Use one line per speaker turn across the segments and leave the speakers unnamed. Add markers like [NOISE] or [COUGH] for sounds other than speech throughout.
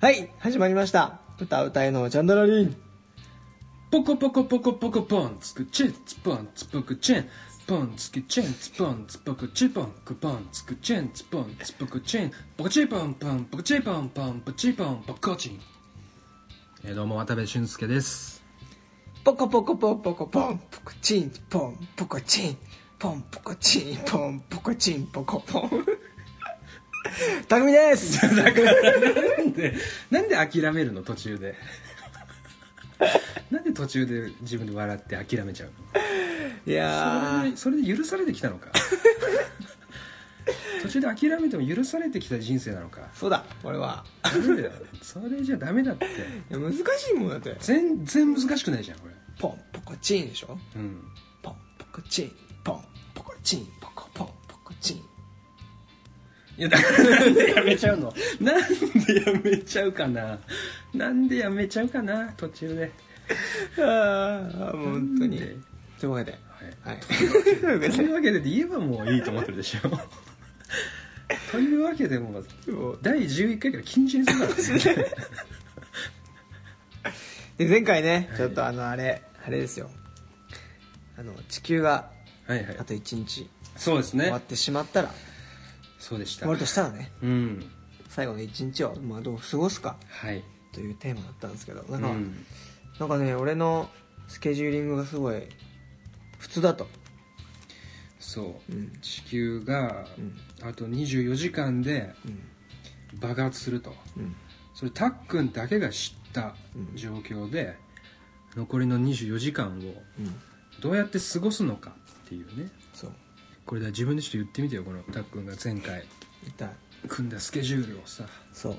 はい始まりました歌うたいのジャンダラリン
ポコポコポコポコポンつくちつぽんつぽくちんポンつきちんつぽんつぽくちぽんくぽんつくちんつぽんつぽくちんぽこちぽんぽんぽこちぽんぽんぽちぽんぽこちんえーどうも渡部俊介です
ポコポコポンポコポンポコチンポンポコチンポンポコチンポンポコチンポコポンたくみです
なんでなんで諦めるの途中でなんで途中で自分で笑って諦めちゃうの
[LAUGHS] いや
それでそれで許されてきたのか途中で諦めても許されてきた人生なのか
ーそうだ俺は
ダメだよそれじゃダメだって
いや難しいもんだって
全然難しくないじゃんこれ
ポンポコチンでしょ
うん
ポンポコチンポンポコチンポコポンポコチン
いやだからなんでやめちゃうのなんでやめちゃうかななんでやめちゃうかな途中で
ああもう本当に
なんで
というわけで
は
[LAUGHS] は
い
い
というわけでで言えばもういいと思ってるでしょというわけでも
[LAUGHS]
う
もう
第11回から禁止にするからね
で前回ね
はい
ちょっとあのあれあれですよあの地球が
はいはい
あと1日
そうです
終わ
ね
ってしまったら
そうでした
終わるとしたらね
うん
最後の1日をまあどう過ごすか
はい
というテーマだったんですけどな
うん
か
ん
なんかね俺のスケジューリングがすごい普通だと
そう、
うん
地球が
うん
あと24時間で
うん
爆発すると
うん
それたっくんだけが知った
うん
状況で、残りの24時間を
うん
どうやって過ごすのかっていうね
そう
これだ自分でちょっと言ってみてよこのたっくんが前回
痛い
組んだスケジュールをさ
そう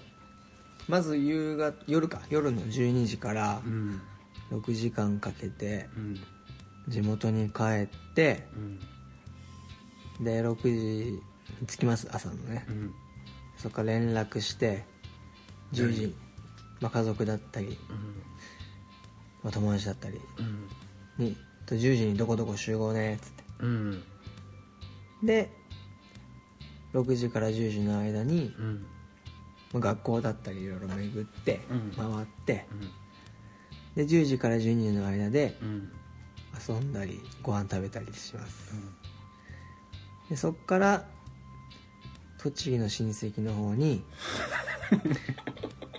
まず夕方夜か夜の12時から
うん
6時間かけて
うん
地元に帰って
うん
で6時に着きます朝のね
うん
そこから連絡して10時、まあ、家族だったり、
うん
まあ、友達だったり
うん
にと10時にどこどこ集合ねっつって
うん
で6時から10時の間に、
うん
まあ、学校だったりいろいろ巡って
うん
回って
う
で
ん
10時から12時の間で
うん
遊んだりご飯食べたりしますでそっから栃木の親戚の方
[LAUGHS]
にま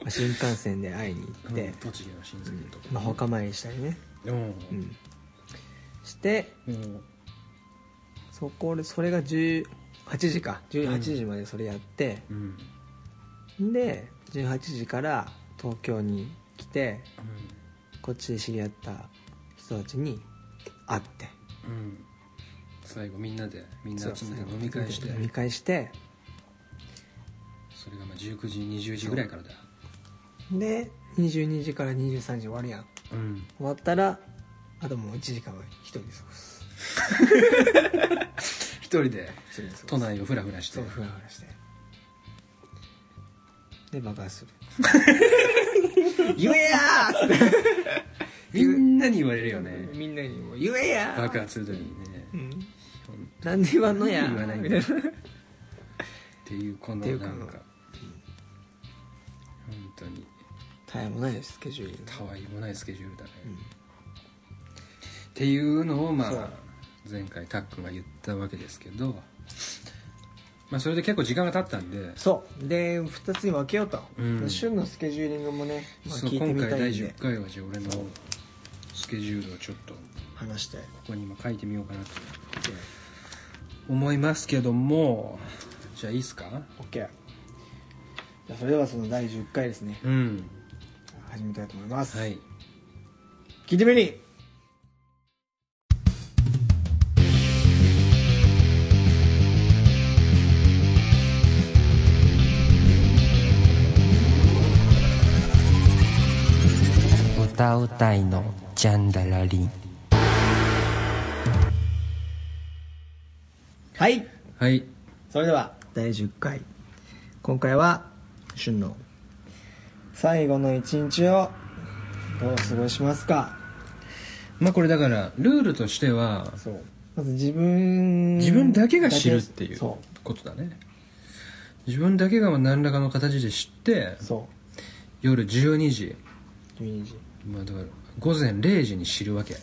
あ新幹線で会いに行っ
で
て、
栃木の親戚のとこ
まあ、墓参りしたりね、
うん
うん、して
うん
そこでそれが18時か18時までそれやって、
うんうん
で18時から東京に来てこっちで知り合った人たちに会って
うん最後みんなでみんな集めて飲み会して
飲み会して
それがまあ19時20時ぐらいからだ
で22時から23時終わるやん
うん
終わったらあともう1時間は一人で過ごす
一人で
一人で過ごす
都内をフラフラして
そうふらふらしてで爆発す
[LAUGHS]
る言えやーっつっ
みんなに言われるよね
てみんなにもう言えやー
爆発するときにね
うん
ほんっ
なんで言わんのや
言わないんだ
みたいな
ていうこの
って
ないん
うこ
か
の
本当に
たやもないですスケジュール
たわいもないスケジュールだね
うん
っていうのをま
そう
あ前回たっくんが言ったわけですけどまあそれで結構時間が経ったんで
そうで2つに分けようと、
うん
旬のスケジューリングもね、まあ、
そう
聞いて
今
み
回
た
第
いんで
10回はじゃあ俺のスケジュールをちょっとこ
話して
こに今書いてみようかなと思いますけどもじゃあいいっすか
OK じゃあそれではその第10回ですね
うん
始めたいと思います、
はい
聞いてみに
歌うたいのジャンダラリン
はい
はい
それでは第10回今回は旬の最後の一日をどう過ごしますか
まあこれだからルールとしては
そうまず自分
自分だけが知るっていう
そ
ことだね自分だけが何らかの形で知って
うそ
夜12時
12時
まあだから午前0時に知るわけ
そ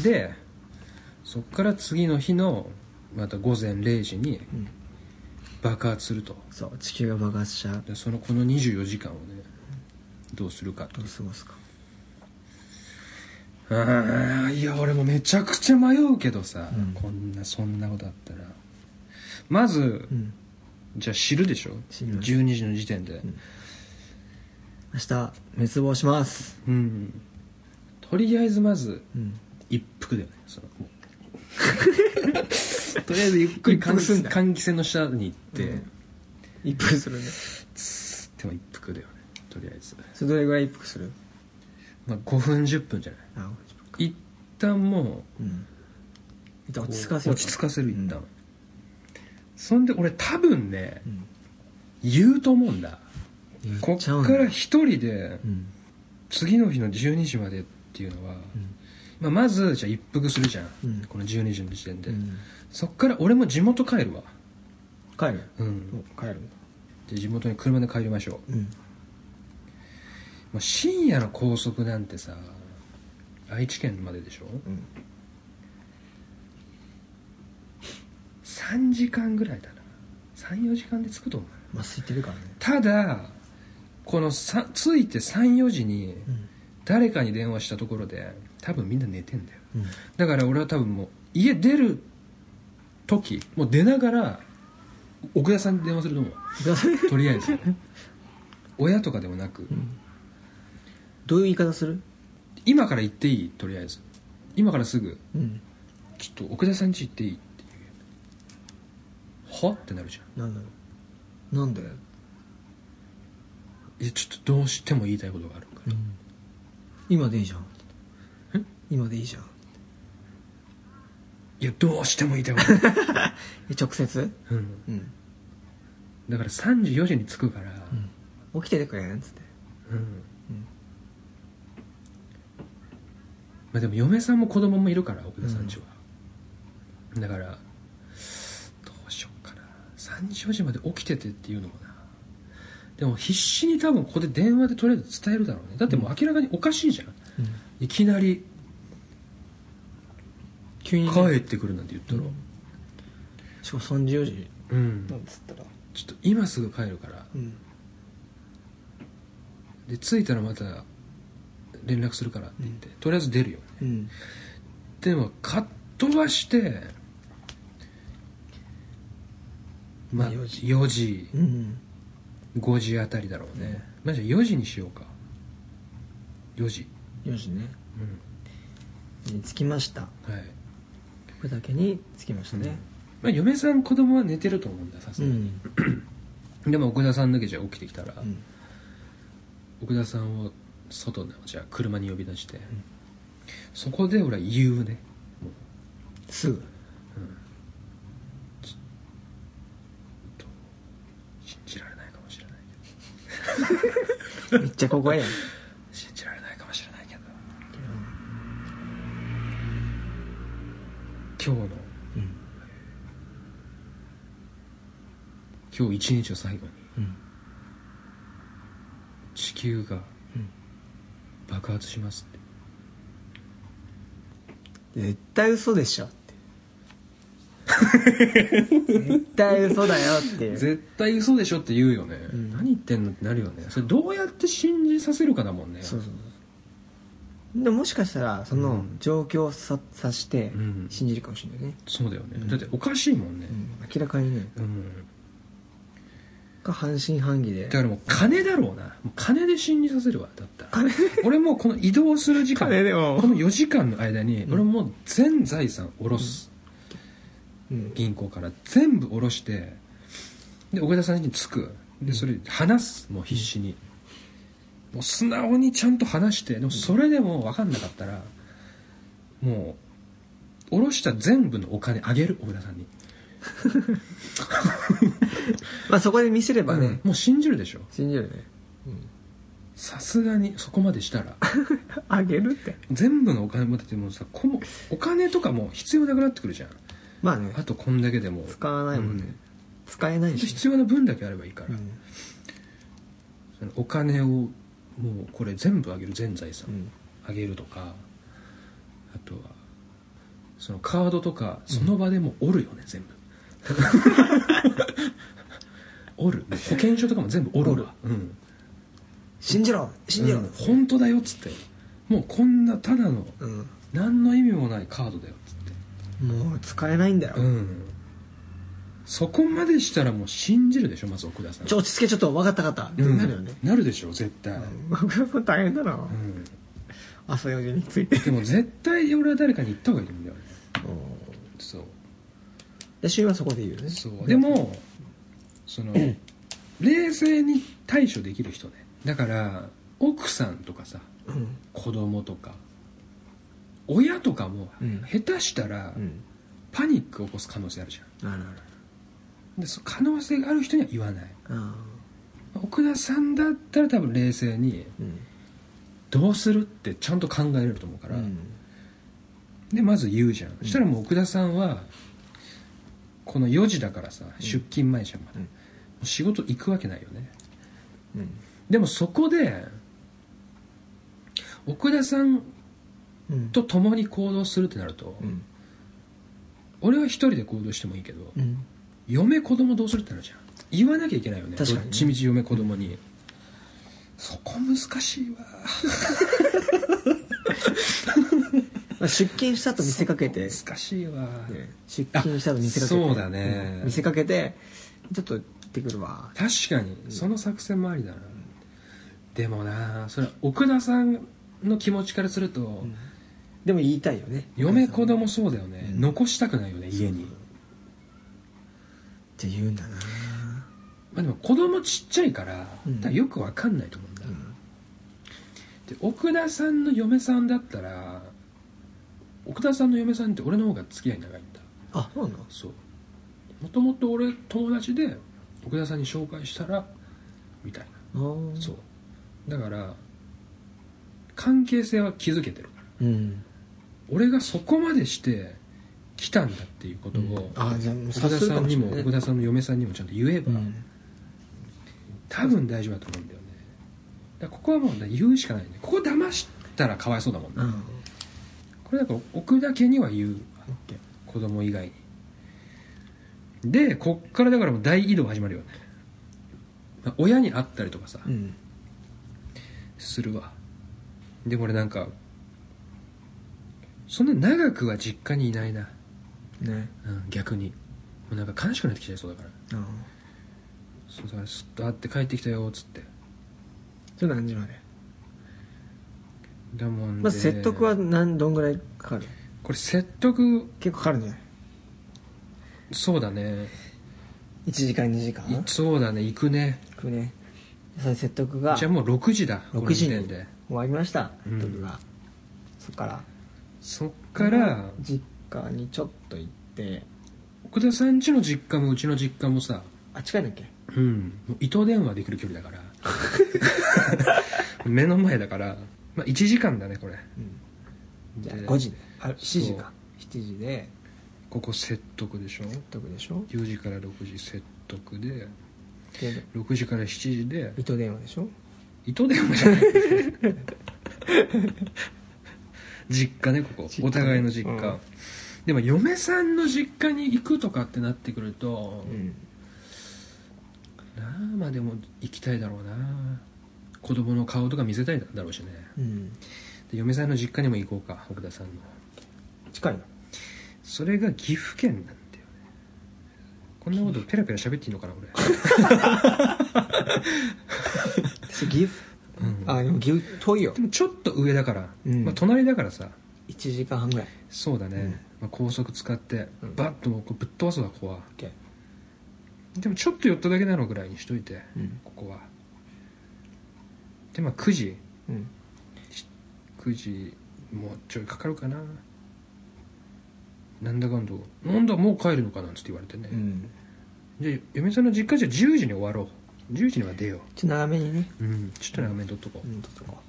う
でそっから次の日のまた午前0時に
ん
爆発すると
そう地球が爆発しちゃう
でそのこの24時間をねどうするかと
どう過ごすか
ああいや俺もめちゃくちゃ迷うけどさ、
うん
こんなそんなことあったらまず
うん
じゃあ知るでしょ
知ります
12時の時点で
ん明日滅亡します
うん、とりあえずまず
うん
一服だよねその
[LAUGHS]
もうとりあえずゆっくり換
一服すんだ
気換気扇の下に行って、
うん一服するね
つっても一服だよねとりあえず、
それどれぐらい一服する
まあ、5分10分じゃな
あ
い一旦も
うん一旦
う
落ち着かせる
落ち着かせる一旦、
うん
そんで俺多分ね
うん
言うと思うんだこ
言
っ
っちゃうんだ
から一人で
うん
次の日の12時までっていうのは、
うん
まあ、まずじゃあ一服するじゃん、
うん
この12時の時点で、
うん
そっから俺も地元帰るわ
帰る
うん
お帰る
で地元に車で帰りましょう、
うん
まあ、深夜の高速なんてさ愛知県まででしょ
うん
3時間ぐらいだな34時間で着くと思う
まあ空いてるからね
ただこのさ着いて34時に
うん
誰かに電話したところで多分みんな寝てんだよ
うん
だから俺は多分もう家出る時もう出ながら奥田さんに電話すると思うとりあえず [LAUGHS] 親とかでもなく
うんどういう言い方する
今から行っていいとりあえず今からすぐ
うん
ちょっと奥田さん家行っていいっていうはってなるじゃん
なんだろうなんで
いやちょっとどうしても言いたいことがあるから
今でいいじゃん
え
今でいいじゃん
いやどうしても言いたいことがある、
え直接
うん、
うん
だから3時4時に着くから、
起きててくれんっつって
うんまあ、でも嫁さんも子供もいるから奥田さんちは、だからどうしようかな3時4時まで起きててっていうのもなでも必死に多分ここで電話でとりあえず伝えるだろうねだってもう明らかにおかしいじゃん、いきなり
急に
帰ってくるなんて言ったら
しかも3時4時
うん、
なんつったら
ちょっと今すぐ帰るから
うん
で着いたらまた連絡するからって言って、とりあえず出るよ
うん
でもかっ飛ばしてまあ
4
4
時
時
うん
5時あたりだろうね、まあ、じゃあ4時にしようか4時
4時ね
う
に着きました
んは
こ
い、
れだけに着きましたね
まあ、嫁さん子供は寝てると思うんださす
う
がに、
ん
でも奥田さんだけじゃ起きてきたら、
うん
奥田さんを外のじゃあ車に呼び出して、そこで俺は言うね
すぐ
信じられないかもしれないけど
めっちゃここやん
信じられないかもしれないけど今日の
うん
今日一日を最後に
うん
地球が
うん
爆発しますって
絶対嘘でしょって [LAUGHS] 絶対嘘だよっていう
絶対嘘でしょって言うよね、
うん
何言ってんのってなるよねそれどうやって信じさせるかだもんね
そうそうそうでももしかしたらその状況をさ察して
うん
信じるかもしれないね、
そうだよね、
うん
だっておかしいもんね
うん明らかにね
うん、
か半信半疑で
だからもう金だろうなもう金で信じさせるわだったら俺もうこの移動する時間
金でも
この4時間の間に
ん
俺もう全財産下ろす、
うん
銀行から全部下ろしてで奥田さんに着くでそれ話すもう必死に、もう素直にちゃんと話してでもそれでも分かんなかったらもう下ろした全部のお金あげる奥田さんに、
まあそこで見せればね、
うんもう信じるでしょ
信じるよね
さすがにそこまでした
[LAUGHS]
ら
あげるって
全部のお金持っててもさこもお金とかも必要なくなってくるじゃん
まあね
あとこんだけでも
使わないもんね、
うん
使えないし、
必要な分だけあればいいか
う
ら、
ん
そのお金をもうこれ全部あげる全財産
うん
あげるとかあとはそのカードとかその場でもう折るよね、全部 [LAUGHS] 折るもう保険証とかも全部折るわうん
信じろ信じろ、
うん本当だよっつってもうこんなただの
うん
何の意味もないカードだよっつって
もう使えないんだよ、
うんそこまでしたらもう信じるでしょまず奥田さん
ちょ落ち着けちょっと分かった分かった、
うん
なるよね
なるでしょ絶対、
僕も大変だな、
うん
朝4時について
でも絶対俺は誰かに言った方がいいんだよねそう
で週はそこで言うね
そうでも
[CLEARS THROAT]
その冷静に対処できる人ねだから奥さんとかさ
うん
子供とか親とかも
うん
下手したら
うん
パニック起こす可能性あるじゃ
あるある
んでその可能性がある人には言わない
あ
奥田さんだったら多分冷静に
ーうん
どうするってちゃんと考えれると思うから、
うん
でまず言うじゃん、そしたらもう奥田さんはこの4時だからさ、出勤前じゃんまだ、
うん
もう仕事行くわけないよね
うん
でもそこで奥田さん
うん
と共に行動するってなると、
うん
俺は一人で行動してもいいけど、
うん
嫁子供どうするってなるじゃん言わなきゃいけないよね
確かにね
どっちみち嫁子供に、そこ難しいわ
まあ出勤したと見せかけて、ね
難しいわ、
出勤したと見せかけて
あそうだね
ん見せかけてちょっと行ってくるわ
確かにその作戦もありだな、でもなそれは奥田さんの気持ちからすると、
でも言いたいよね
嫁子供そうだよね、
うん
残したくないよね家に
って言うんだな
まあでも子供ちっちゃいから,、
うん
よくわかんないと思うんだ、
ん
で奥田さんの嫁さんだったら奥田さんの嫁さんって俺の方が付き合い長いんだ
あそうなの
そうもともと俺友達で奥田さんに紹介したらみたいな
あー
そうだから関係性は築けてるから
うん
俺がそこまでして来たんだっていうことを
あじゃあもう
奥田さんにも
察するかもし
奥
れない
田さんの嫁さんにもちゃんと言えば、
うん
多分大丈夫だと思うんだよねだからここはもうね言うしかないねここ騙したらかわいそうだもんね、
うん
これだから奥田家には言う
オッケー
子供以外にでこっからだからもう大移動始まるよねまあ親に会ったりとかさ、
うん
するわでも俺なんかそんな長くは実家にいないな、
ね
うん、逆にもうなんか悲しくなってきちゃいそうだから
うん
そうだからすっと会って帰ってきたよっつって
それ何時まで
だもんで
まず説得は何どんぐらいかかる
これ説得
結構かかるんじゃない
そうだね
1時間2時間
いそうだね行くね
くねそれ説得が
じゃ
終
あもう6時だこの
6時
時
に
点で
わりました
うん
説得がそっから
そっから
実家にちょっと行って
奥田さん家の実家もうちの実家もさ
あ近いんだっけ
うんもう糸電話できる距離だ
[LAUGHS]
から [LAUGHS] 目の前だから、まあ、1時間だねこれ
うんじゃあ
で
5時ねあ7時
そ
か7時で
ここ説得でしょ
説得でしょ
4時から6時説得で
で
6時から7時で
糸電話でしょ
糸電話じ
[LAUGHS]
ゃない実家ねここ
実家ね
お互いの実家、
うん
でも嫁さんの実家に行くとかってなってくると
う、ん
なあまあでも行きたいだろうな子供の顔とか見せたいだろうしね
うん
で嫁さんの実家にも行こうか奥田さんの
近いの
それが岐阜県なんだよねこんなことペラペラ喋っていいのかな俺、
私岐阜
うん
あでも岐阜遠いよ
でもちょっと上だから、
うん
まあ、隣だからさ
1時間半ぐらい
そうだね、
うん
まあ、高速使って
うん
バッともうこうぶっ飛ばすわここは
OK
でもちょっと寄っただけなのぐらいにしといて、
うん
ここはでまあ9時
うん
9時もうちょいかかるかななんだかんだ「なんだもう帰るのかなんつって言われてね、
うん
じゃあ嫁さんの実家じゃ10時に終わろう10時には出よ
ちょっと長めにね
う、うん、ちょっと長めにとっとこう、
うんとっとこ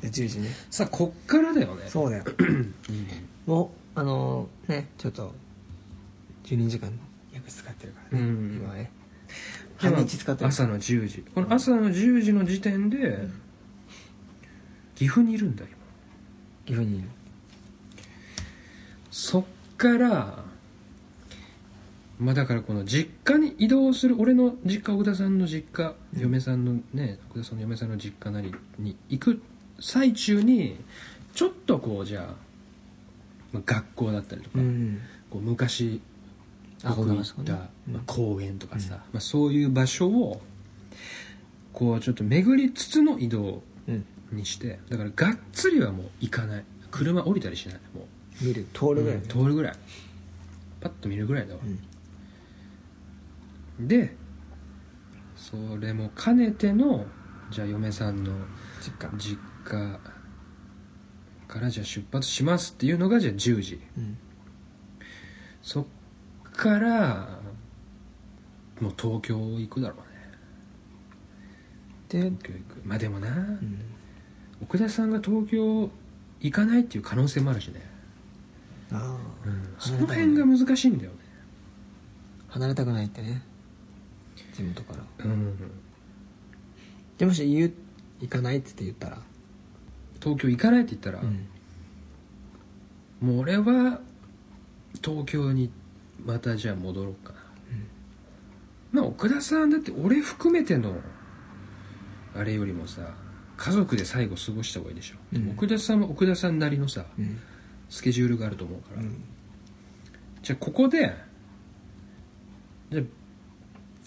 うで10時ね
さあこっからだよね
そうだよ
うん
もうあのーねちょっと12時間約使ってるからね、
うん
今ね半日使ってる
朝の10時この朝の10時の時点で、
ん
岐阜にいるんだ今
岐阜にいる
そっからまあだからこの実家に移動する俺の実家奥田さんの実家嫁さんのね奥田さんの嫁さんの実家なりに行く最中にちょっとこうじゃあまあ学校だったりとか、
うん
こう昔
あ
僕行っ
そう
た、
なんですかねうん
まあ、公園とかさ、まあ、そういう場所をこうちょっと巡りつつの移動
うん
にしてだからがっつりはもう行かない車降りたりしないもう
見る通るぐらい、
うん通るぐらいパッと見るぐらいだわ、でそれも兼ねてのじゃあ嫁さんの
実家
実家からじゃあ出発しますっていうのがじゃあ10時
うん
そっからもう東京行くだろう
で、
ね
う
東京行くまあでもな、
ん、
奥田さんが東京行かないっていう可能性もあるしね、
ああ
その辺が難しいんだよね
離れたくないってね地元から
うん
でもし言う行かないっつって言ったら、
東京行かないって言ったら、
うん、
もう俺は東京にまたじゃあ戻ろうかな、まあ奥田さんだって俺含めてのあれよりもさ家族で最後過ごした方がいいでしょ、
うん
奥田さんは奥田さんなりのさ
うん
スケジュールがあると思うから、
うん
じゃあここでじゃあ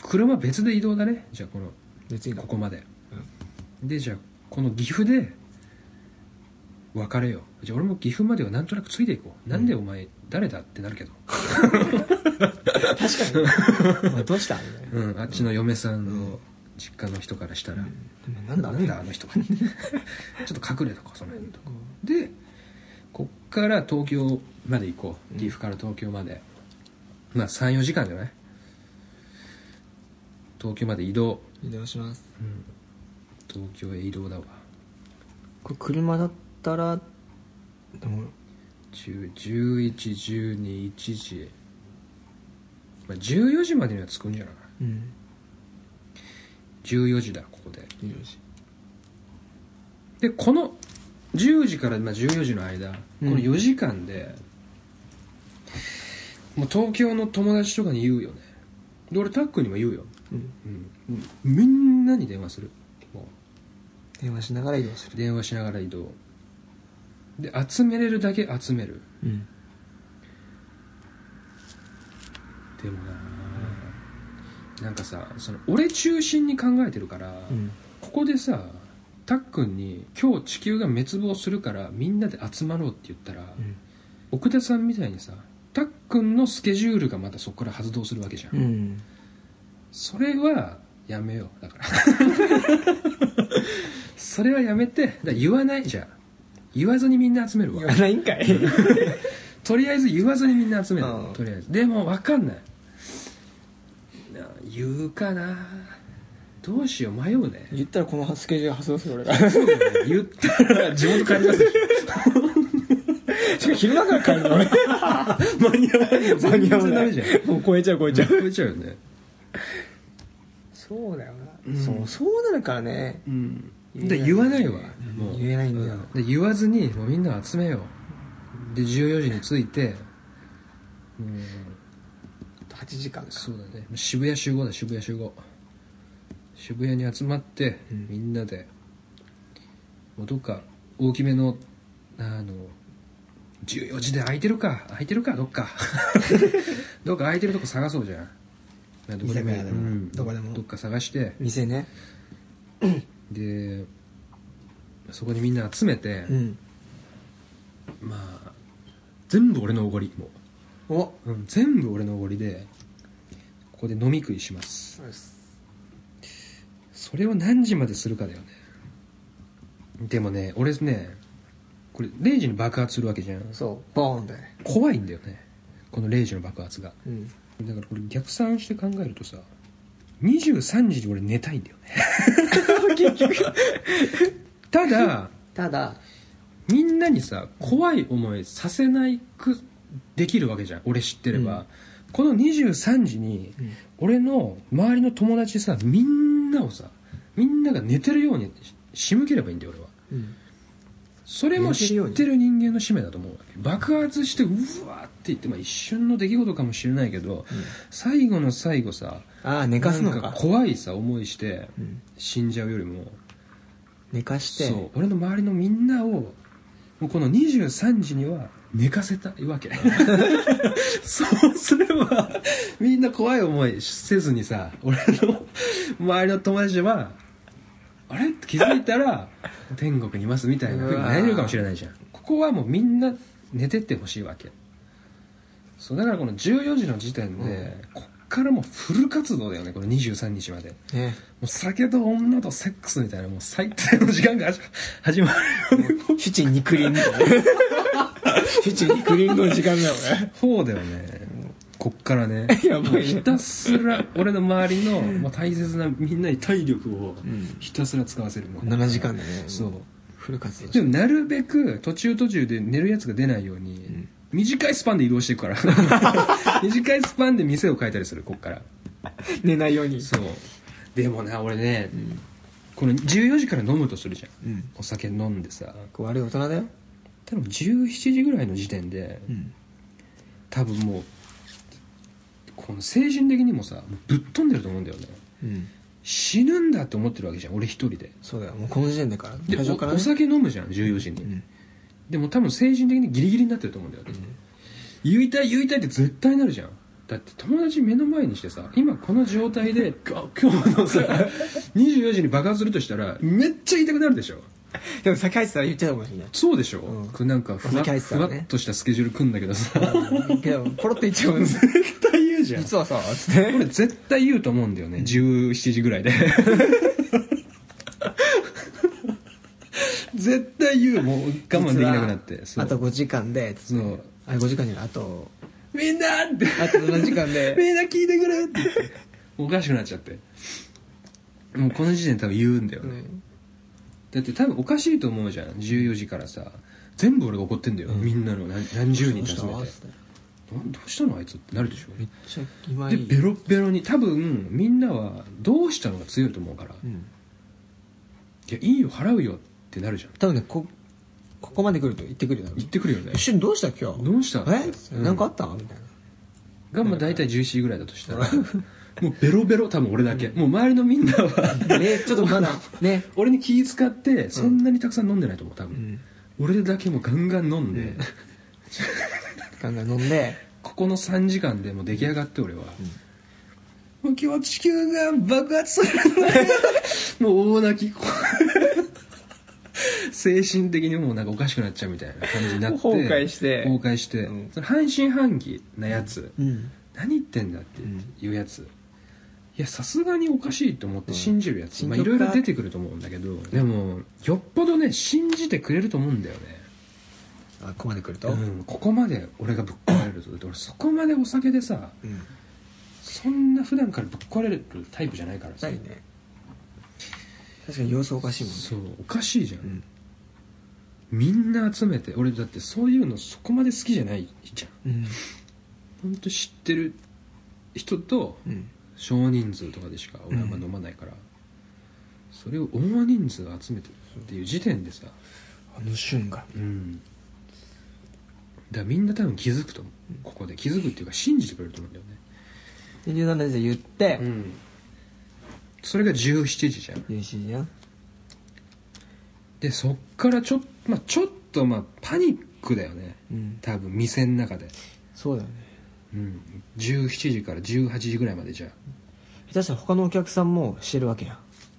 車別で移動だねじゃあこの
別に
ここまで、でじゃあこの岐阜で別れようじゃあ俺も岐阜まではなんとなくついていこう、なんでお前誰だってなるけど、
[LAUGHS] 確か [LAUGHS] にお前どうしたみたいな
うん、あっちの嫁さんの実家の人からしたら、
でもなんだ
なんだあの人 [LAUGHS] はちょっと隠れとこその辺のとこでこっから東京まで行こう岐阜から東京まで、まあ34時間じゃない東京まで移動
移動します
東京へ移動だわ
これ車だったらでも
1112時、まあ、14時までには着くんじゃない
うん
14時だここで
移動し
でこの10時からまあ14時の間こ
うん
の4時間で、もう東京の友達とかに言うよねで俺タックにも言うよ、
うん
うんみんなに電話するも
電話しながら移動す
う
る
電話しながら移動で集めれるだけ集める
うん
でもなあなんかさその俺中心に考えてるから、
うん
ここでさたっくんに「今日地球が滅亡するからみんなで集まろう」って言ったら、
うん
奥田さんみたいにさたっくんのスケジュールがまたそこから発動するわけじゃん、
うん
それはやめようだ
[LAUGHS]
からそれはやめてだから言わないじゃん言わずにみんな集めるわ
言わないんかい
とりあえず言わずにみんな集める
うん
とりあえずでも分かんないな言うかなどうしよう迷
[LAUGHS]
うね
言ったらこのスケジュール発動する俺が
言ったら地元帰りますでし
しかも昼間から帰るの俺間に合わない間に合わ
全然ダ
な
メ
い
じゃ
もう超えちゃう超えちゃう
ょちゃうよね
そうだよな、
うん
そうそうなるからね
うんで言わないわもう
言えないんだよ
うで言わずにもうみんな集めようで14時に着いてうん
8時間か
そうだね渋谷集合だ渋谷集合渋谷に集まって、
うん
みんなでもうどっか大きめのあの14時で空いてるか空いてるかどっか
[LAUGHS]
どっか空いてるとこ探そうじゃんまあどこでもいい
居酒屋でも
うん
どこでも
どっか探して
店ね
でそこにみんな集めて、
うん
まあ全部俺のおごりも
お
う、うん、全部俺のおごりでここで飲み食いしますそれを何時までするかだよねでもね俺ねこれ0時に爆発するわけじゃん
そうボーンで
怖いんだよねこの0時の爆発が
うん
だからこれ逆算して考えるとさ23時に俺寝たいんだよ
[LAUGHS]
ね [LAUGHS] ただ
ただ
みんなにさ怖い思いさせないくできるわけじゃん俺知ってれば、
うん
この23時に
うん
俺の周りの友達さみんなをさみんなが寝てるようにし仕向ければいいんだよ俺は
うん
それも知ってる人間の使命だと思うわけ爆発してうわーって言って、まあ、一瞬の出来事かもしれないけど、最後の最後さ
ああ寝かすのか
なん怖いさ思いして
うん
死んじゃうよりも、
寝かして
そう俺の周りのみんなをもうこの23時には寝かせたいわけ [LAUGHS] そうすればみんな怖い思いせずにさ俺の周りの友達はあれって気づいたら天国にいますみたいなふうになれるかもしれないじゃんここはもうみんな寝てってほしいわけそうだからこの14時の時点で、こっからもうフル活動だよねこの23日まで
ね
もう酒と女とセックスみたいなもう最低の時間が始始まるよね
七にクリンゴ七にクリンゴの時間だよね
そうだよねこっからね
[LAUGHS] やばいね
もうひたすら俺の周りの、まあ、大切なみんなに体力を
ん
ひたすら使わせるもん
7時間だね
そう
フル活動
でもなるべく途中途中で寝るやつが出ないように、短いスパンで移動してい
[LAUGHS]
くから短いスパンで店を変えたりするこっから
寝ないように
そうでもな俺ね、この14時から飲むとするじゃん
うん
お酒飲んでさ
悪い大人だよ
多分17時ぐらいの時点で
うん
多分もうこの精神的にもさもうぶっ飛んでると思うんだよね
うん
死ぬんだって思ってるわけじゃん俺一人で
そうだよもうこの時点でから最
で
初から
お
ね
お酒飲むじゃん14時に、
ん
でも多分精神的にギリギリになってると思うんだよね、言いたい言いたいって絶対なるじゃんだって友達目の前にしてさ今この状態
[LAUGHS]
であ今日のさ [LAUGHS] 24時に爆発するとしたらめっちゃ言いたくなるでしょ
でも酒入ってたら言っちゃうかもしれない
そうでしょ、
うん
これなんかふわ,、
お酒入ってた
ふ
ら
わ
ね
っとしたスケジュール組んだけ
[LAUGHS]
どさ
けどポロって言っちゃうんです
絶対言うじゃん
実はさつって
俺絶対言うと思うんだよね17時ぐらいで絶対言うもう我慢できなくなって
実
そ
は
う
あと5時間でつ
そ
って
う
あ5時間じゃないあと
みんなって
あと7時間で
みんな聞いてくれって言っておかしくなっちゃってもうこの時点で多分言うんだよね、だって多分おかしいと思うじゃん14時からさ全部俺が怒ってんだよ、みんなの何何十人
どう
集
した
めて
わ
な
つって
どうしたのあいつってなるでしょ
めっちゃ今
で
いい
ベロッベロに多分みんなはどうしたのが強いと思うから、
うん
いやいいよ払うよってなるじゃん
多分ねこここまで来ると言ってくるだろ
言ってくるよね
一緒にどうした今日
どうした
え
うん
なんかあったみたいな
がまあ大体11時ぐらいだとしたら [LAUGHS] もうベロベロ多分俺だけ、もう周りのみんなは
ねちょっとまだ [LAUGHS] ね
俺に気使ってそんなにたくさん飲んでないと思う多
ん
分、俺だけもうガンガン飲んで、
ガンガン飲んで
ここの3時間でもう出来上がって俺は、もう今日地球が爆発するね [LAUGHS] もう大泣き [LAUGHS] 精神的にもうなんかおかしくなっちゃうみたいな感じになって
崩壊して
崩壊して、
うん
その半信半疑なやつ、
うん
何言ってんだって
ん
いうやつ、いやさすがにおかしいと思って信じるやつ、
うん
まあ、
信じ
いろ
よっ
い
か
ろ出てくると思うんだけどでもよっぽどね信じてくれると思うんだよね、
あここまで来ると
うん、ここまで俺がぶっ壊れるとだって俺そこまでお酒でさ
うん
そんな普段からぶっ壊れるタイプじゃないからさ
ないね確かに様子おかしいもんね
そうおかしいじゃん、
ん
みんな集めて俺だってそういうのそこまで好きじゃないじゃん
うん
ほんと知ってる人と
うん
少人数とかでしか俺はあんま飲まないから、それを大人数集めてるっていう時点でさ
あの瞬が
うんだからみんな多分気づくと思うここで気づくっていうか信じてくれると思うんだよね
27日で言って
んそれが17時じゃん
17時やん
でそっからちょ,、まあ、ちょっとまあパニックだよね
うん
多分店の中で、
そうだよね
うん、17時から18時ぐらいまでじゃあ
下手したら他のお客さんもしてるわけやん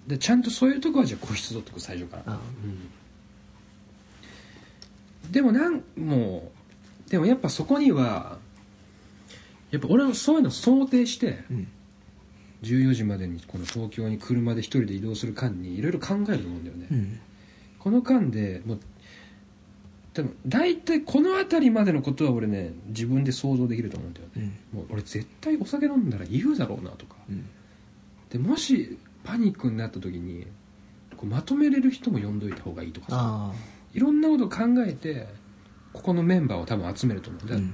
でちゃんとそういうとこはじゃあ個室取っとく最初から
あ
うんでもなんもうでもやっぱそこにはやっぱ俺もそういうの想定して、
うん
14時までにこの東京に車で一人で移動する間にいろいろ考えると思うんだよね、
うん
この間でもう多分大体この辺りまでのことは俺ね自分で想像できると思うんだよね、
うん
もう俺絶対お酒飲んだら言うだろうなとか、
うん
でもしパニックになった時にこうまとめれる人も呼んどいた方がいいとかさ
あ
いろんなことを考えてここのメンバーを多分集めると思う、
あ
だから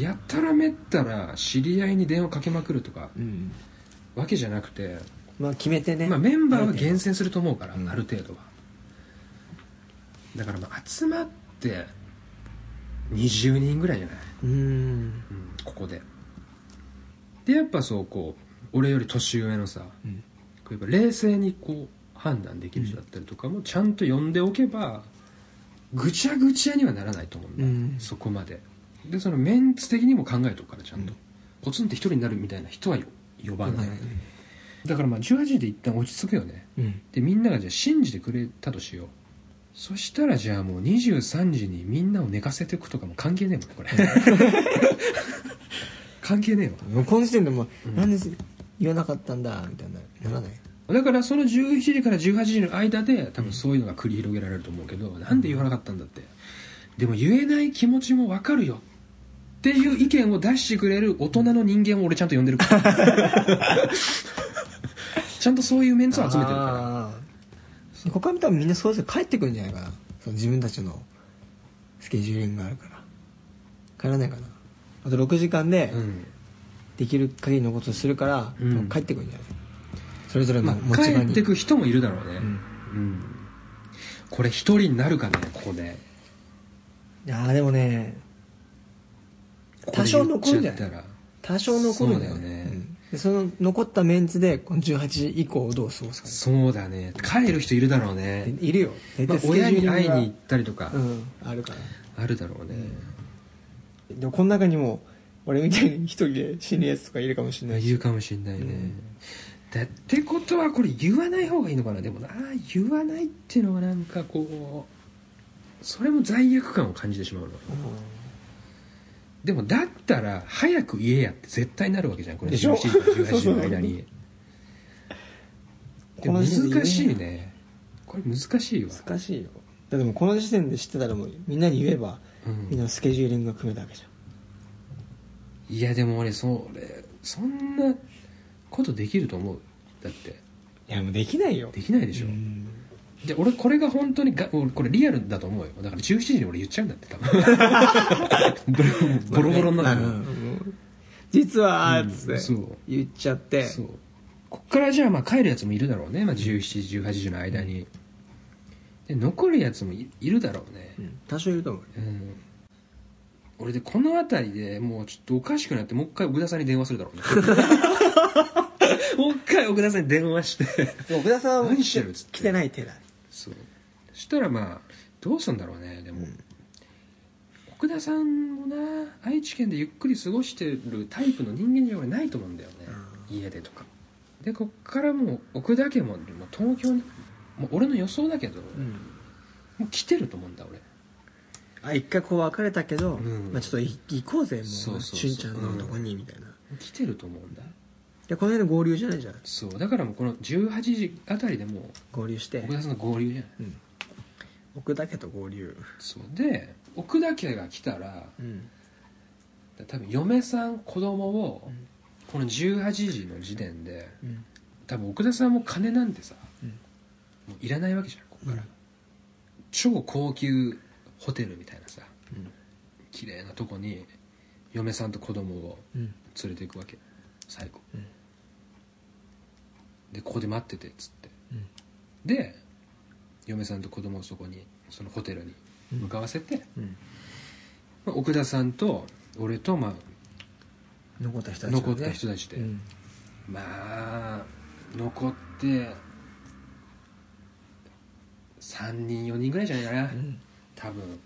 やったらめったら知り合いに電話かけまくるとか
うん
わけじゃなくて、
まあ決めてね
まあ、メンバーは厳選すると思うから、
うん
ある程度は、だからまあ集まって20人ぐらいじゃない、
うん
うん、ここででやっぱそうこう俺より年上のさ、
うん
やっぱ冷静にこう判断できる人だったりとかもちゃんと呼んでおけばぐちゃぐちゃにはならないと思うんだ、
うん
そこまででそのメンツ的にも考えとくからちゃんと、
うん
ポツンって一人になるみたいな人はよ呼ば
う
ない、
ん
だからまあ18で一旦落ち着くよね
うん
でみんながじゃあ信じてくれたとしようそしたらじゃあもう23時にみんなを寝かせていくとかも関係ねえもんねこれ [LAUGHS] 関係ねえわ
もうこの時点でもう、
うん
なんで言わなかったんだみたいなならない
だからその11時から18時の間で多分そういうのが繰り広げられると思うけど、なんで言わなかったんだってでも言えない気持ちもわかるよっていう意見を出してくれる大人の人間を俺ちゃんと呼んでるから
[LAUGHS]
ちゃんとそういうメンツを集めてるから
から他見たらみんなそうですよ帰ってくるんじゃないかなその自分たちのスケジューリングがあるから帰らないかなあと6時間で
うん
できる限りのことをするから、
うん
帰ってくるんじゃないそれぞれ
ま
の持
あ、
ち
帰
場に、
ってく人もいるだろうね
う
うんん、これ一人になるかねここで
いやーでもね
こ
多
れ
少
言っ
残るんじ
ち
ゃ
ゃ
な
った
い
ら
多少残るんだよ
そうだよ
ね
ね
うんでその残ったメンツでこの18時以降をどう過ごすか
そうだね帰る人いるだろうね、
いるよ絶対
まあ
ス、ケジュー
親
リン
に
グが
会いに行ったりとか、
うんあるから
あるだろうね、
でもこの中にも俺みたいに一人で死ぬやつとかいるかもしれない
言う
し
かもしんないね、
うん
だってことはこれ言わない方がいいのかなでもな言わないっていうのはなんかこうそれも罪悪感を感じてしまうのでもだったら早く言えやって絶対なるわけじゃんこれ
でしょ
17時と18時の
[LAUGHS]
間にでも難しいねこれ難しいわ、
難しいよだってもうこの時点で知ってたらもうみんなに言えば
う
みん
ん、
なのスケジューリングが組めたわけじゃ
いやでも俺それそんなことできると思うだって
んいやもうできないよ
できないでしょ、
うん
で俺これが本当にが俺これリアルだと思うよだから17時に俺言っちゃうんだって多分
[LAUGHS]
ボロボロボロになって
うん実は
うん
つって
そう
言っちゃって
そうこっからじゃあまあ帰るやつもいるだろうね、まあ、17時18時の間に、で残るやつもいいるだろうね
うん多少いると思う
うん俺でこの辺りでもうちょっとおかしくなってもう一回奥田さんに電話する
[LAUGHS]
だろうねもう一回奥田さんに電話して
奥田さんは
何してるっつって
来てない手だ
そうそしたらまあどうすんだろうねでも、
うん
奥田さんもな愛知県でゆっくり過ごしてるタイプの人間じゃ俺ないと思うんだよね、家でとかでこっからもう奥田家ももう東京にもう俺の予想だけど、
うん
もう来てると思うんだ俺
あ一回こう別れたけど
うん
まあちょっとい行こうぜ
そ
もう
うそうそう
しゅんちゃんのとこにみたいな
来てると思うんだ
でこの辺の合流じゃないじゃん
そうだからもうこの18時あたりでも
合流し
う
て
奥田さんの合流じゃない
うん奥だけと合流
そうで奥田家が来たら
うん
多分嫁さん子供を
ん
この18時の時点で、
うん
多分奥田さんも金なんてさ、
うん
もういらないわけじゃんここ
う
か
ん
ら、超高級ホテルみたいなさ
うん
綺麗なとこに嫁さんと子供を
うん
連れていくわけ最後、
うん
でここで待っててっつって
うん
で嫁さんと子供をそこにそのホテルに向かわせて、
うん
まあ奥田さんと俺と、ま
残った人
あ、
たちはね
残った人たちで、
うん
まあ残って3人4人ぐらいじゃないかな、
うん
多分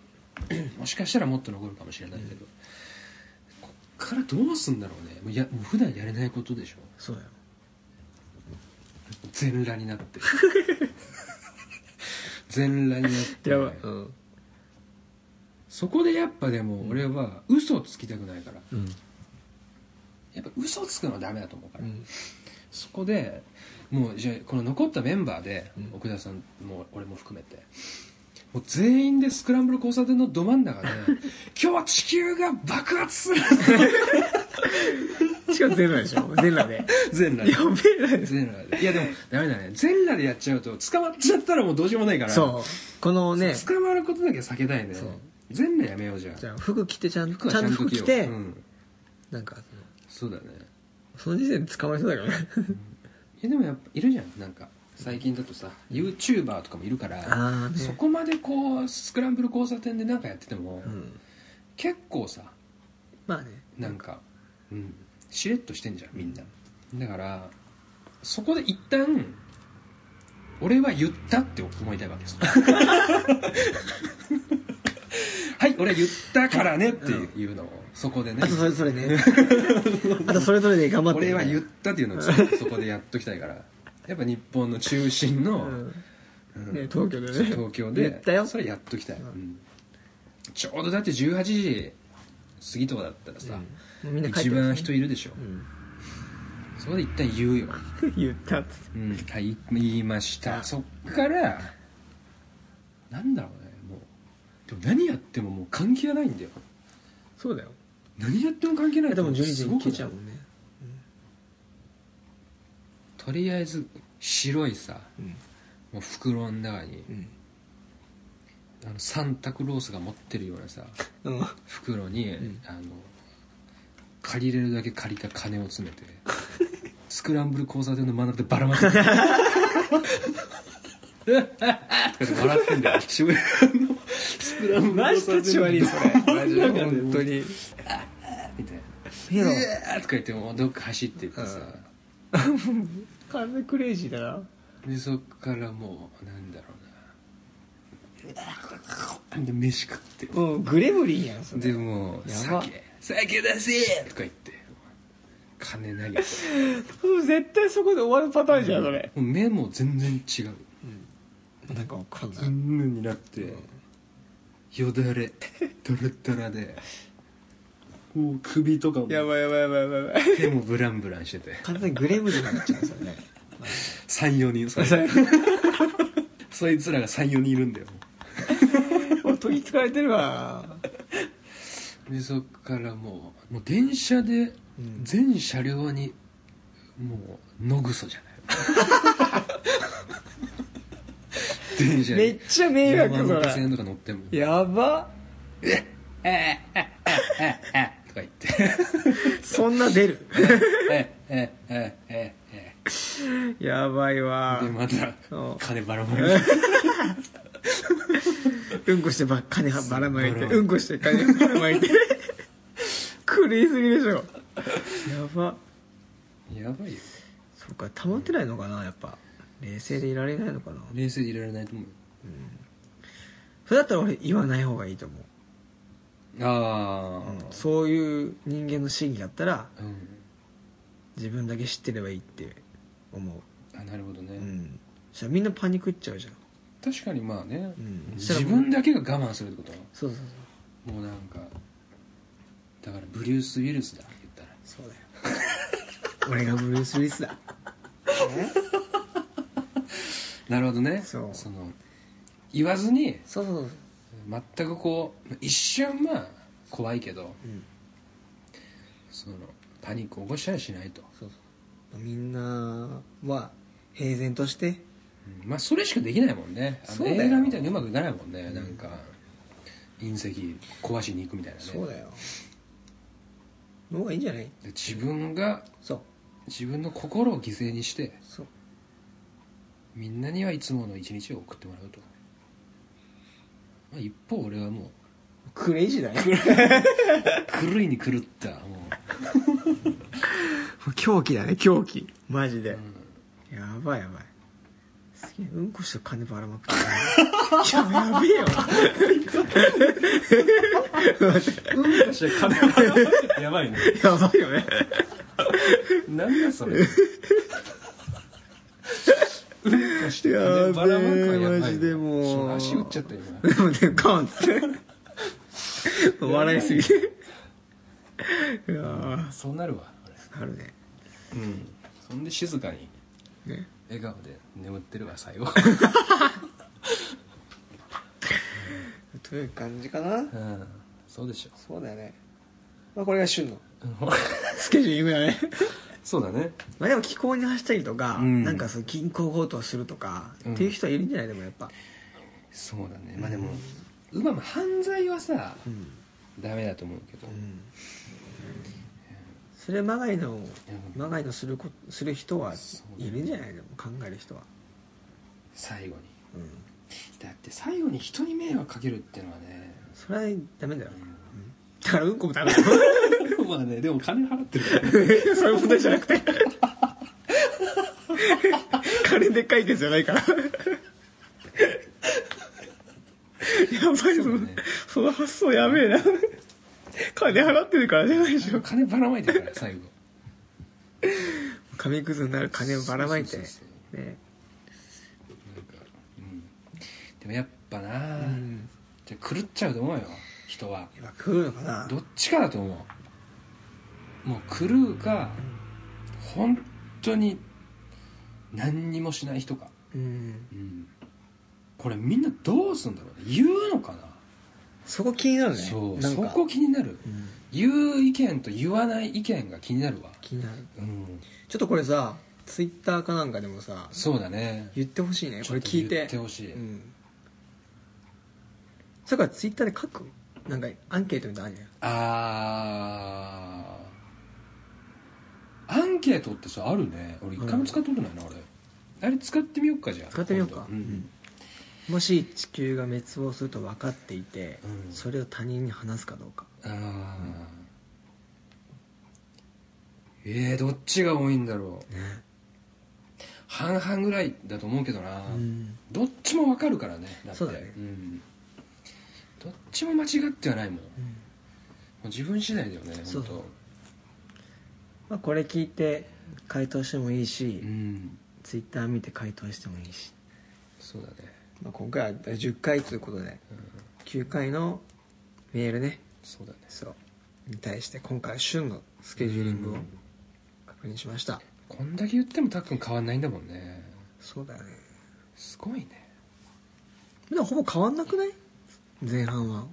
もしかしたらもっと残るかもしれないけど、こっからどうすんだろうねもうやもう普段やれないことでしょ
そうだよ
全裸になって
[LAUGHS]
全裸になって
やばいうん
そこでやっぱでも俺は嘘をつきたくないから
うん
やっぱ嘘をつくのはダメだと思うか
う
ら、
ん
そこでもうじゃあこの残ったメンバーで、
うん
奥田さんも俺も含めてもう全員でスクランブル交差点のど真
[LAUGHS]
ん中で今日は地球が爆発する
しかも全裸でしょ全裸でや
全裸で
べえな
全裸でいやでもダメだね全裸でやっちゃうと捕まっちゃったらもうどうしようもないから
そうこのね
捕まることだけは避けたいね
そう
全裸やめようじゃあ
じゃあ服着てちゃん
服
と
は
ちゃんと
よ
服
う
着て
うん、
なんか
そうだね
その時点で捕まりそうだからね
いやでもやっぱいるじゃんなんか最近だとさ YouTuber とかもいるから
ああ
そこまでこうスクランブル交差点でなんかやってても、
うん
結構さ
まあね
なんか、うん、しれっとしてんじゃんみんなだからそこで一旦俺は言ったって思いたいわ
[LAUGHS]
けですはい俺は言ったからねっていうのをそこでね
あとそれぞれねあとそれぞれで頑張って
俺は言っ
う、
たっていうのをちょっとそこでやっときたいからやっぱ日本の中心の、
うん
うん
ね、東京でね
東京で
言ったよ
それやっときたい、うんちょうどだって18時過ぎとかだったらさ、
もうみんな帰って
一
る
番人いるでしょ、
うん
そこで一旦言うよ、
言ったっつって
うん、はい言いましたそっからなんだろうねもうでも何やってももう関係ないんだよ
そうだよ
何やっても関係ない
でも12時
す
に
ご
消
く
えちゃう
ない
もんね
とりあえず白いさ
うん
もう袋の中に
うん
あのサンタクロースが持ってるようなさ
うん
袋に、
ん
あの借りれるだけ借りた金を
[LAUGHS]
詰めてスクランブル交差点の真ん中でばらまく笑ってんだよ渋谷のスクランブル交差点
マジで
本
本
当
当
に
に
みたいな
見ろ
うわーとか言ってもうどっか走ってってさ、
完全クレイジーだな
でそっからもうなんだろうなで飯食って
もうグレムリンやんそ
で
れ
もう
やば
酒酒出せとか言って金投げて
絶対そこで終わるパターンじゃんそれ
もう目も全然違う
なんかわかんない
犬になってよだれドロドロでもう首とかも
やばいやばいやばいやばいやばい
手もブランブランしてて
完全にグレムリンになっちゃうんです [LAUGHS] よね
34
[LAUGHS]
人それそいつらが34人いるんだよ
俺研ぎつかれてるわ
でそっからもうもう電車で
うん
全車両にもう野ぐそじゃない
[LAUGHS]
電車に
めっちゃ迷惑そ
山手線
れ
とか乗っても
やば
とか言って
そんな出る
えええええ
やばいわ
でまた
うん
金ばらまいて
うんこしてば金はばらまい
ばら
て
まいて
うんこして金ばらまいて [LAUGHS] 狂いすぎでしょやば
やばいよ
そうか溜まってないのかなやっぱ冷静でいられないのかな
冷静でいられないと思う
それだったら俺言わない方がいいと思う、
あ
うんそういう人間の心理だったら
あうん
自分だけ知ってればいいって思
あなるほど
うう
ね
んそしたらみんなパニックっちゃうじゃん
確かにまあね
うん
自分だけが我慢するってこ
そうそうそう
ともうなんかだからブリュース・ウィルスだ言ったら
そうだよ [LAUGHS] 俺がブルース・ウィリスだ
なるほどね
そう
の言わずに
そうそうそう
全くこう一瞬まあ怖いけど
うん
そのパニック起こしたりしないと
そうそうみんなは平然として
うんまあそれしかできないもんねあ
そ
の
うだよ
映画みたいにうまくいかないもんね、なんか隕石壊しに行くみたいなね
そうだよの方がいいんじゃない
で自分が
そう
自分の心を犠牲にして
そう
みんなにはいつもの一日を送ってもらうと、まあ、一方俺はも
クレイジーだね
う狂いに狂ったも
[LAUGHS] 狂気だね狂気マジで、
う、うん
やばいやばいすげえうんこして金ばらまくってるい [LAUGHS] ややべえよ
うんこして金払うやばいね
やばいよね
なんだそれうんこして
やべえ
金ばらまくはやばいね
マジでもう
ちょっと足打っちゃったよ今
でもねガンって笑いすぎていやー
そうなるわ俺
あるね
うん、そんで静かに
ね
笑顔で眠ってるわ最 [LAUGHS] 後
という感じかな
うんそうでしょ
そうだよねまあこれが旬の
うん
スケジューリングだね
そうだね
まあでも気候に走ったりとか、
うん
なんかその銀行強盗するとか、
うん
っていう人はいるんじゃないでもやっぱ
そうだねまあでも、うまあまあ犯罪はさ
うん、
ダメだと思うけど、
うん、それまがいの
うん
まがいのするこする人は
そうだ
い
ね
るんじゃないでも考える人は
最後に
うん
だって最後に人に迷惑かけるってのはね
それはダメだよ
う
だからうんこもダメだよ
んまあねでも金払ってるから
そういう問題じゃなくて金で解決じゃないからやばいそ
そう
の
だね
その発想やべえな金払ってるからじゃないでしょ
金ばらまいてるから最後
紙くずになる金をばらまいて
そう
ね
そうそうそうなんかうんでもやっぱな、
うん
じゃあ狂っちゃうと思うよ人は
今食うのかな
どっちかだと思うもう狂うか本当に何にもしない人か
うん
うんこれみんなどうすんだろうね言うのかな
そこ気になるね
そう
なん
そ
か
こ気になる
うん
言う意見と言わない意見が気になるわ
気になる
うん
ちょっとこれさツイッターかなんかでもさ
そうだね
言ってほしいねこれ聞いて
ちょっと言ってほしい、
うんそれからツイッターで書くなんかアンケートみたいなのある
あーアンケートってさあるね俺一回も使ったことないな、あれあれ使ってみようかじゃあ
使ってみようか
今度うん
じゃんもし地球が滅亡すると分かっていて、
うん
それを他人に話すかどうか
あーえー、どっちが多いんだろう
ね
半々ぐらいだと思うけどな、
うん
どっちもわかるからねだって
そうだね
んどっちも間違ってはないもんも
うん
う自分次第だよね
そう
本当
まあ、これ聞いて回答してもいいし、
うん
ツイッター見て回答してもいいし、
そうだね
まあ、今回は10回ということで
うん
9回のメールね
そうだね
そうに対して今回は旬のスケジューリングを確認しました、
こんだけ言ってもたっくん変わんないんだもんね
そうだよね
すごいね
でもほぼ変わんなくない前半は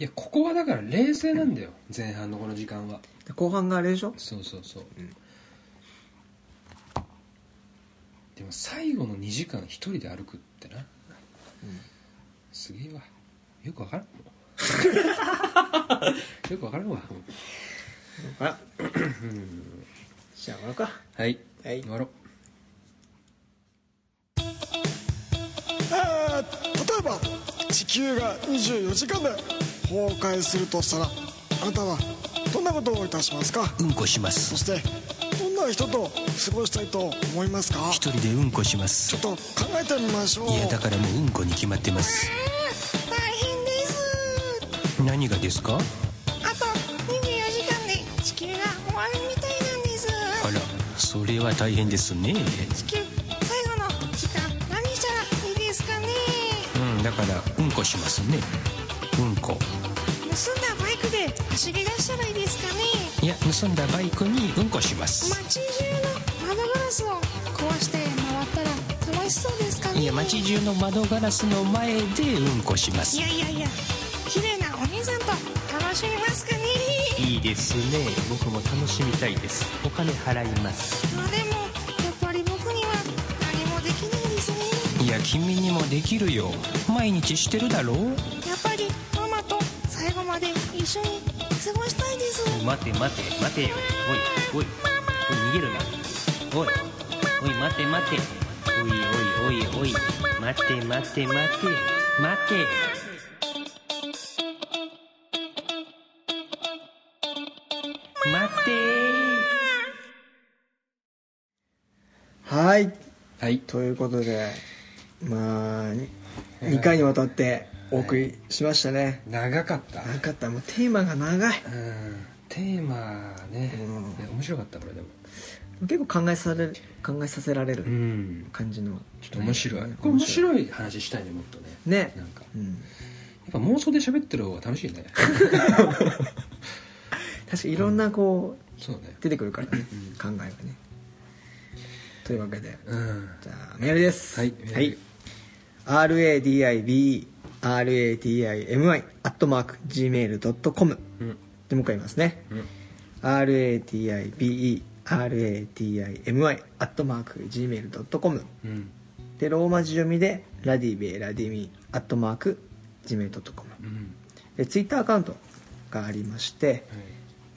い
やここはだから冷静なんだよ、前半のこの時間は
で後半があれでしょ
そうそうそう、
うん
でも最後の2時間一人で歩くってな、すげえわよくわ [LAUGHS] からんもんよくわからんわ
あじゃあ終わろうか
はい
はい
終わろう
えー例えば地球が24時間で崩壊するとしたらあなたはどんなことをいたしますか
うんこします
そしてどんな人と過ごしたいと思いますかち
一人でうんこします
ょっと考えてみましょう
いやだからもううんこに決まってます
大変です
何がですか
あと24時間で地球が終わるみたいなんです
あらそれは大変ですね
地球最後の時間何したらいいですかね
うんだからうんこしますねうんこ
盗んだバイクで走り出したらいいですかね
いや盗んだバイクにうんこします
街中の窓ガラスを壊して回ったら楽しそうですかね
いや街中の窓ガラスの前でうんこします
いやいやいや綺麗なお兄さんと楽しみますかね
いいですね僕も楽しみたいですお金払います
まあでもやっぱり僕には何もできないですね
いや君にもできるよ毎日してるだろう
やっぱりママと最後まで一緒に過ごしたいです
待て待て待てよおいおいおい逃げるなおいおい待て待ておいおいおいおい待て待て待て待て待て
はい
はい
ということでまあに2回にわたってお送りしましたね、
長かった
なかったもうテーマが長い
うんテーマね,、
うん
ね面白かったこれでも
結構考えされる考えさせられる
うん
感じの
ちょっと面白い、
ね
これ面白い話したいねもっとね
ね
なんか
うん、
やっぱ妄想で喋ってる方が楽しいね
確かにいろんなこう、
そうね
出てくるからね、考えがねというわけで
うん
じゃあメールです
はい
はい、RADIBRADIMI アットマーク Gmail.com
うん
でもう一回言いますね、
うん
RADIBE RADIMI アットマーク Gmail.com
うん
でローマ字読みでラディベラディミアットマーク Gmail.com
うん
でツイッターアカウントがありまして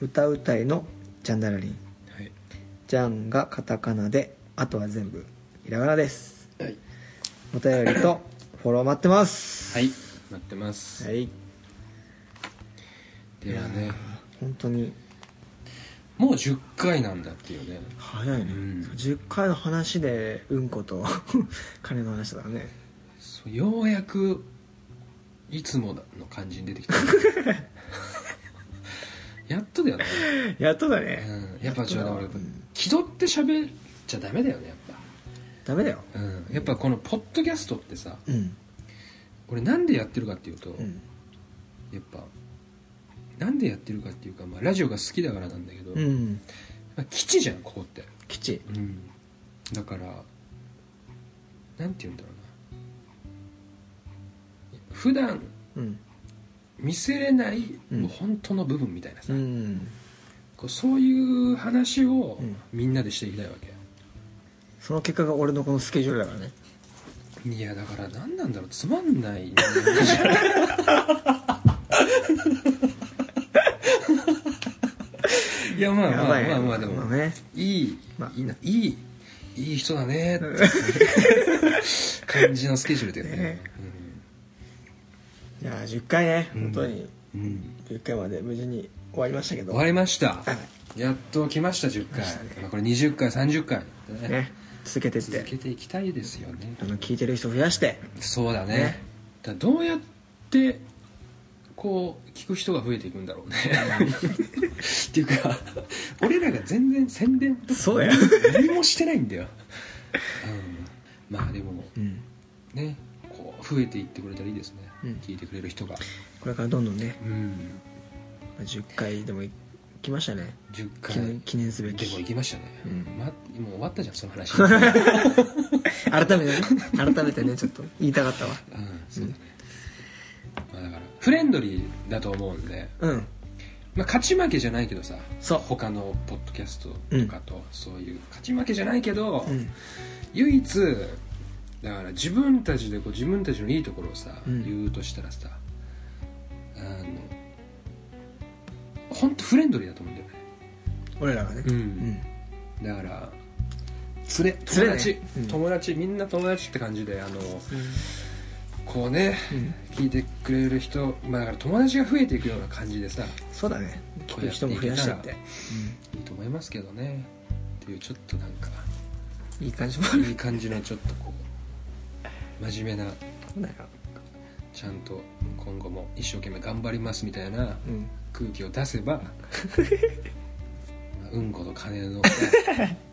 歌うたいのジャンダラリン
はいはい
ジャンがカタカナであとは全部ひらがなです
はい
お便り
[COUGHS]
とフォロー待ってます
はい待ってます、
はい
ではね
本当に
もう10回なんだっていうね
早いね、
ん
10回の話でうんこと [LAUGHS] 金の話だからね
そうようやくいつもの感じに出てきた [LAUGHS] やっとだよね、
やっとだ
う
ね、
ん、やっぱちょっと
やっとだ
俺気取って喋っちゃダメだよねやっ
ダメだよ
ぱ、うん、やっぱこのポッドキャストってさ
うん
俺なんでやってるかっていうと、
うん
やっぱなんでやってるかっていうか、まあ、ラジオが好きだからなんだけど、
うん
まあ、基地じゃんここって、
基地
うん、だからなんて言うんだろうな普段
うん
見せれない、
うん
もう本当の部分みたいなさ、
うん
こうそういう話を
うん
みんなでしていきたいわけ、
その結果が俺のこのスケジュールだからね
いやだから何なんだろうつまん
[LAUGHS]
ない人間じゃんいやまあまあ
ね
まあまあでも、
まあね
いい、
まあ
いいないいいい人だねって [LAUGHS] 感じのスケジュールだよね
ねいや10回ね本当に
うん、うん
10回まで無事に終わりましたけど
終わりました
は
やっと来ました10回、まあこれ20回30回、ね
ね続けてっ
続
て
けていきたいですよね
あの聞いてる人増やして
そうだね
ね
だからどうやってこう聞く人が増えていくんだろ
[LAUGHS]
うねっていうか俺らが全然宣伝とか
そうや
何もしてないんだよ、うん、まあでも
うん
ねこう増えていってくれたらいいですね、
うん
聞いてくれる人が
これからどんどんね
うん
まあ10回でも行きましたね
10
記念
回
記念すべ
でも行
き
きましたね、
うん
ま、もう終わったじゃんその
[LAUGHS]
話、
改めてね改めてねちょっと言いたかったわ
うんそうだね、まあ、だからフレンドリーだと思うんで、
うん
まあ、勝ち負けじゃないけどさ
そう
他のポッドキャストとかとそういう勝ち負けじゃないけど、
ん
唯一だから自分たちでこう自分たちのいいところをさ、
ん
言うとしたらさあの本当フレンドリーだと思うんだよね、
俺らがね
うんだから連れ
連
友
れね
達、
うん
友達みんな友達って感じであの、こうね、聞いてくれる人、まあ、だから友達が増えていくような感じでさ
そうだね聞く人も増やしてって
いいと思いますけどねっていうちょっとなんか
いい感じも
いい感じのちょっとこう真面目な
だよ
ちゃんと今後も一生懸命頑張りますみたいな
うん
空気を出 [LAUGHS] せば、まあうんこと金の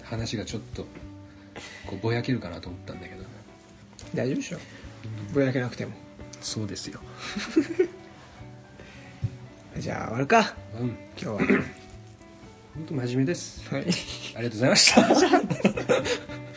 話がちょっとこうぼやけるかなと思ったんだけど
大丈夫でしょぼやけなくても
そうですよ
じゃあ終わるか
うん
今日は
本当真面目です
はい
ありがとうございました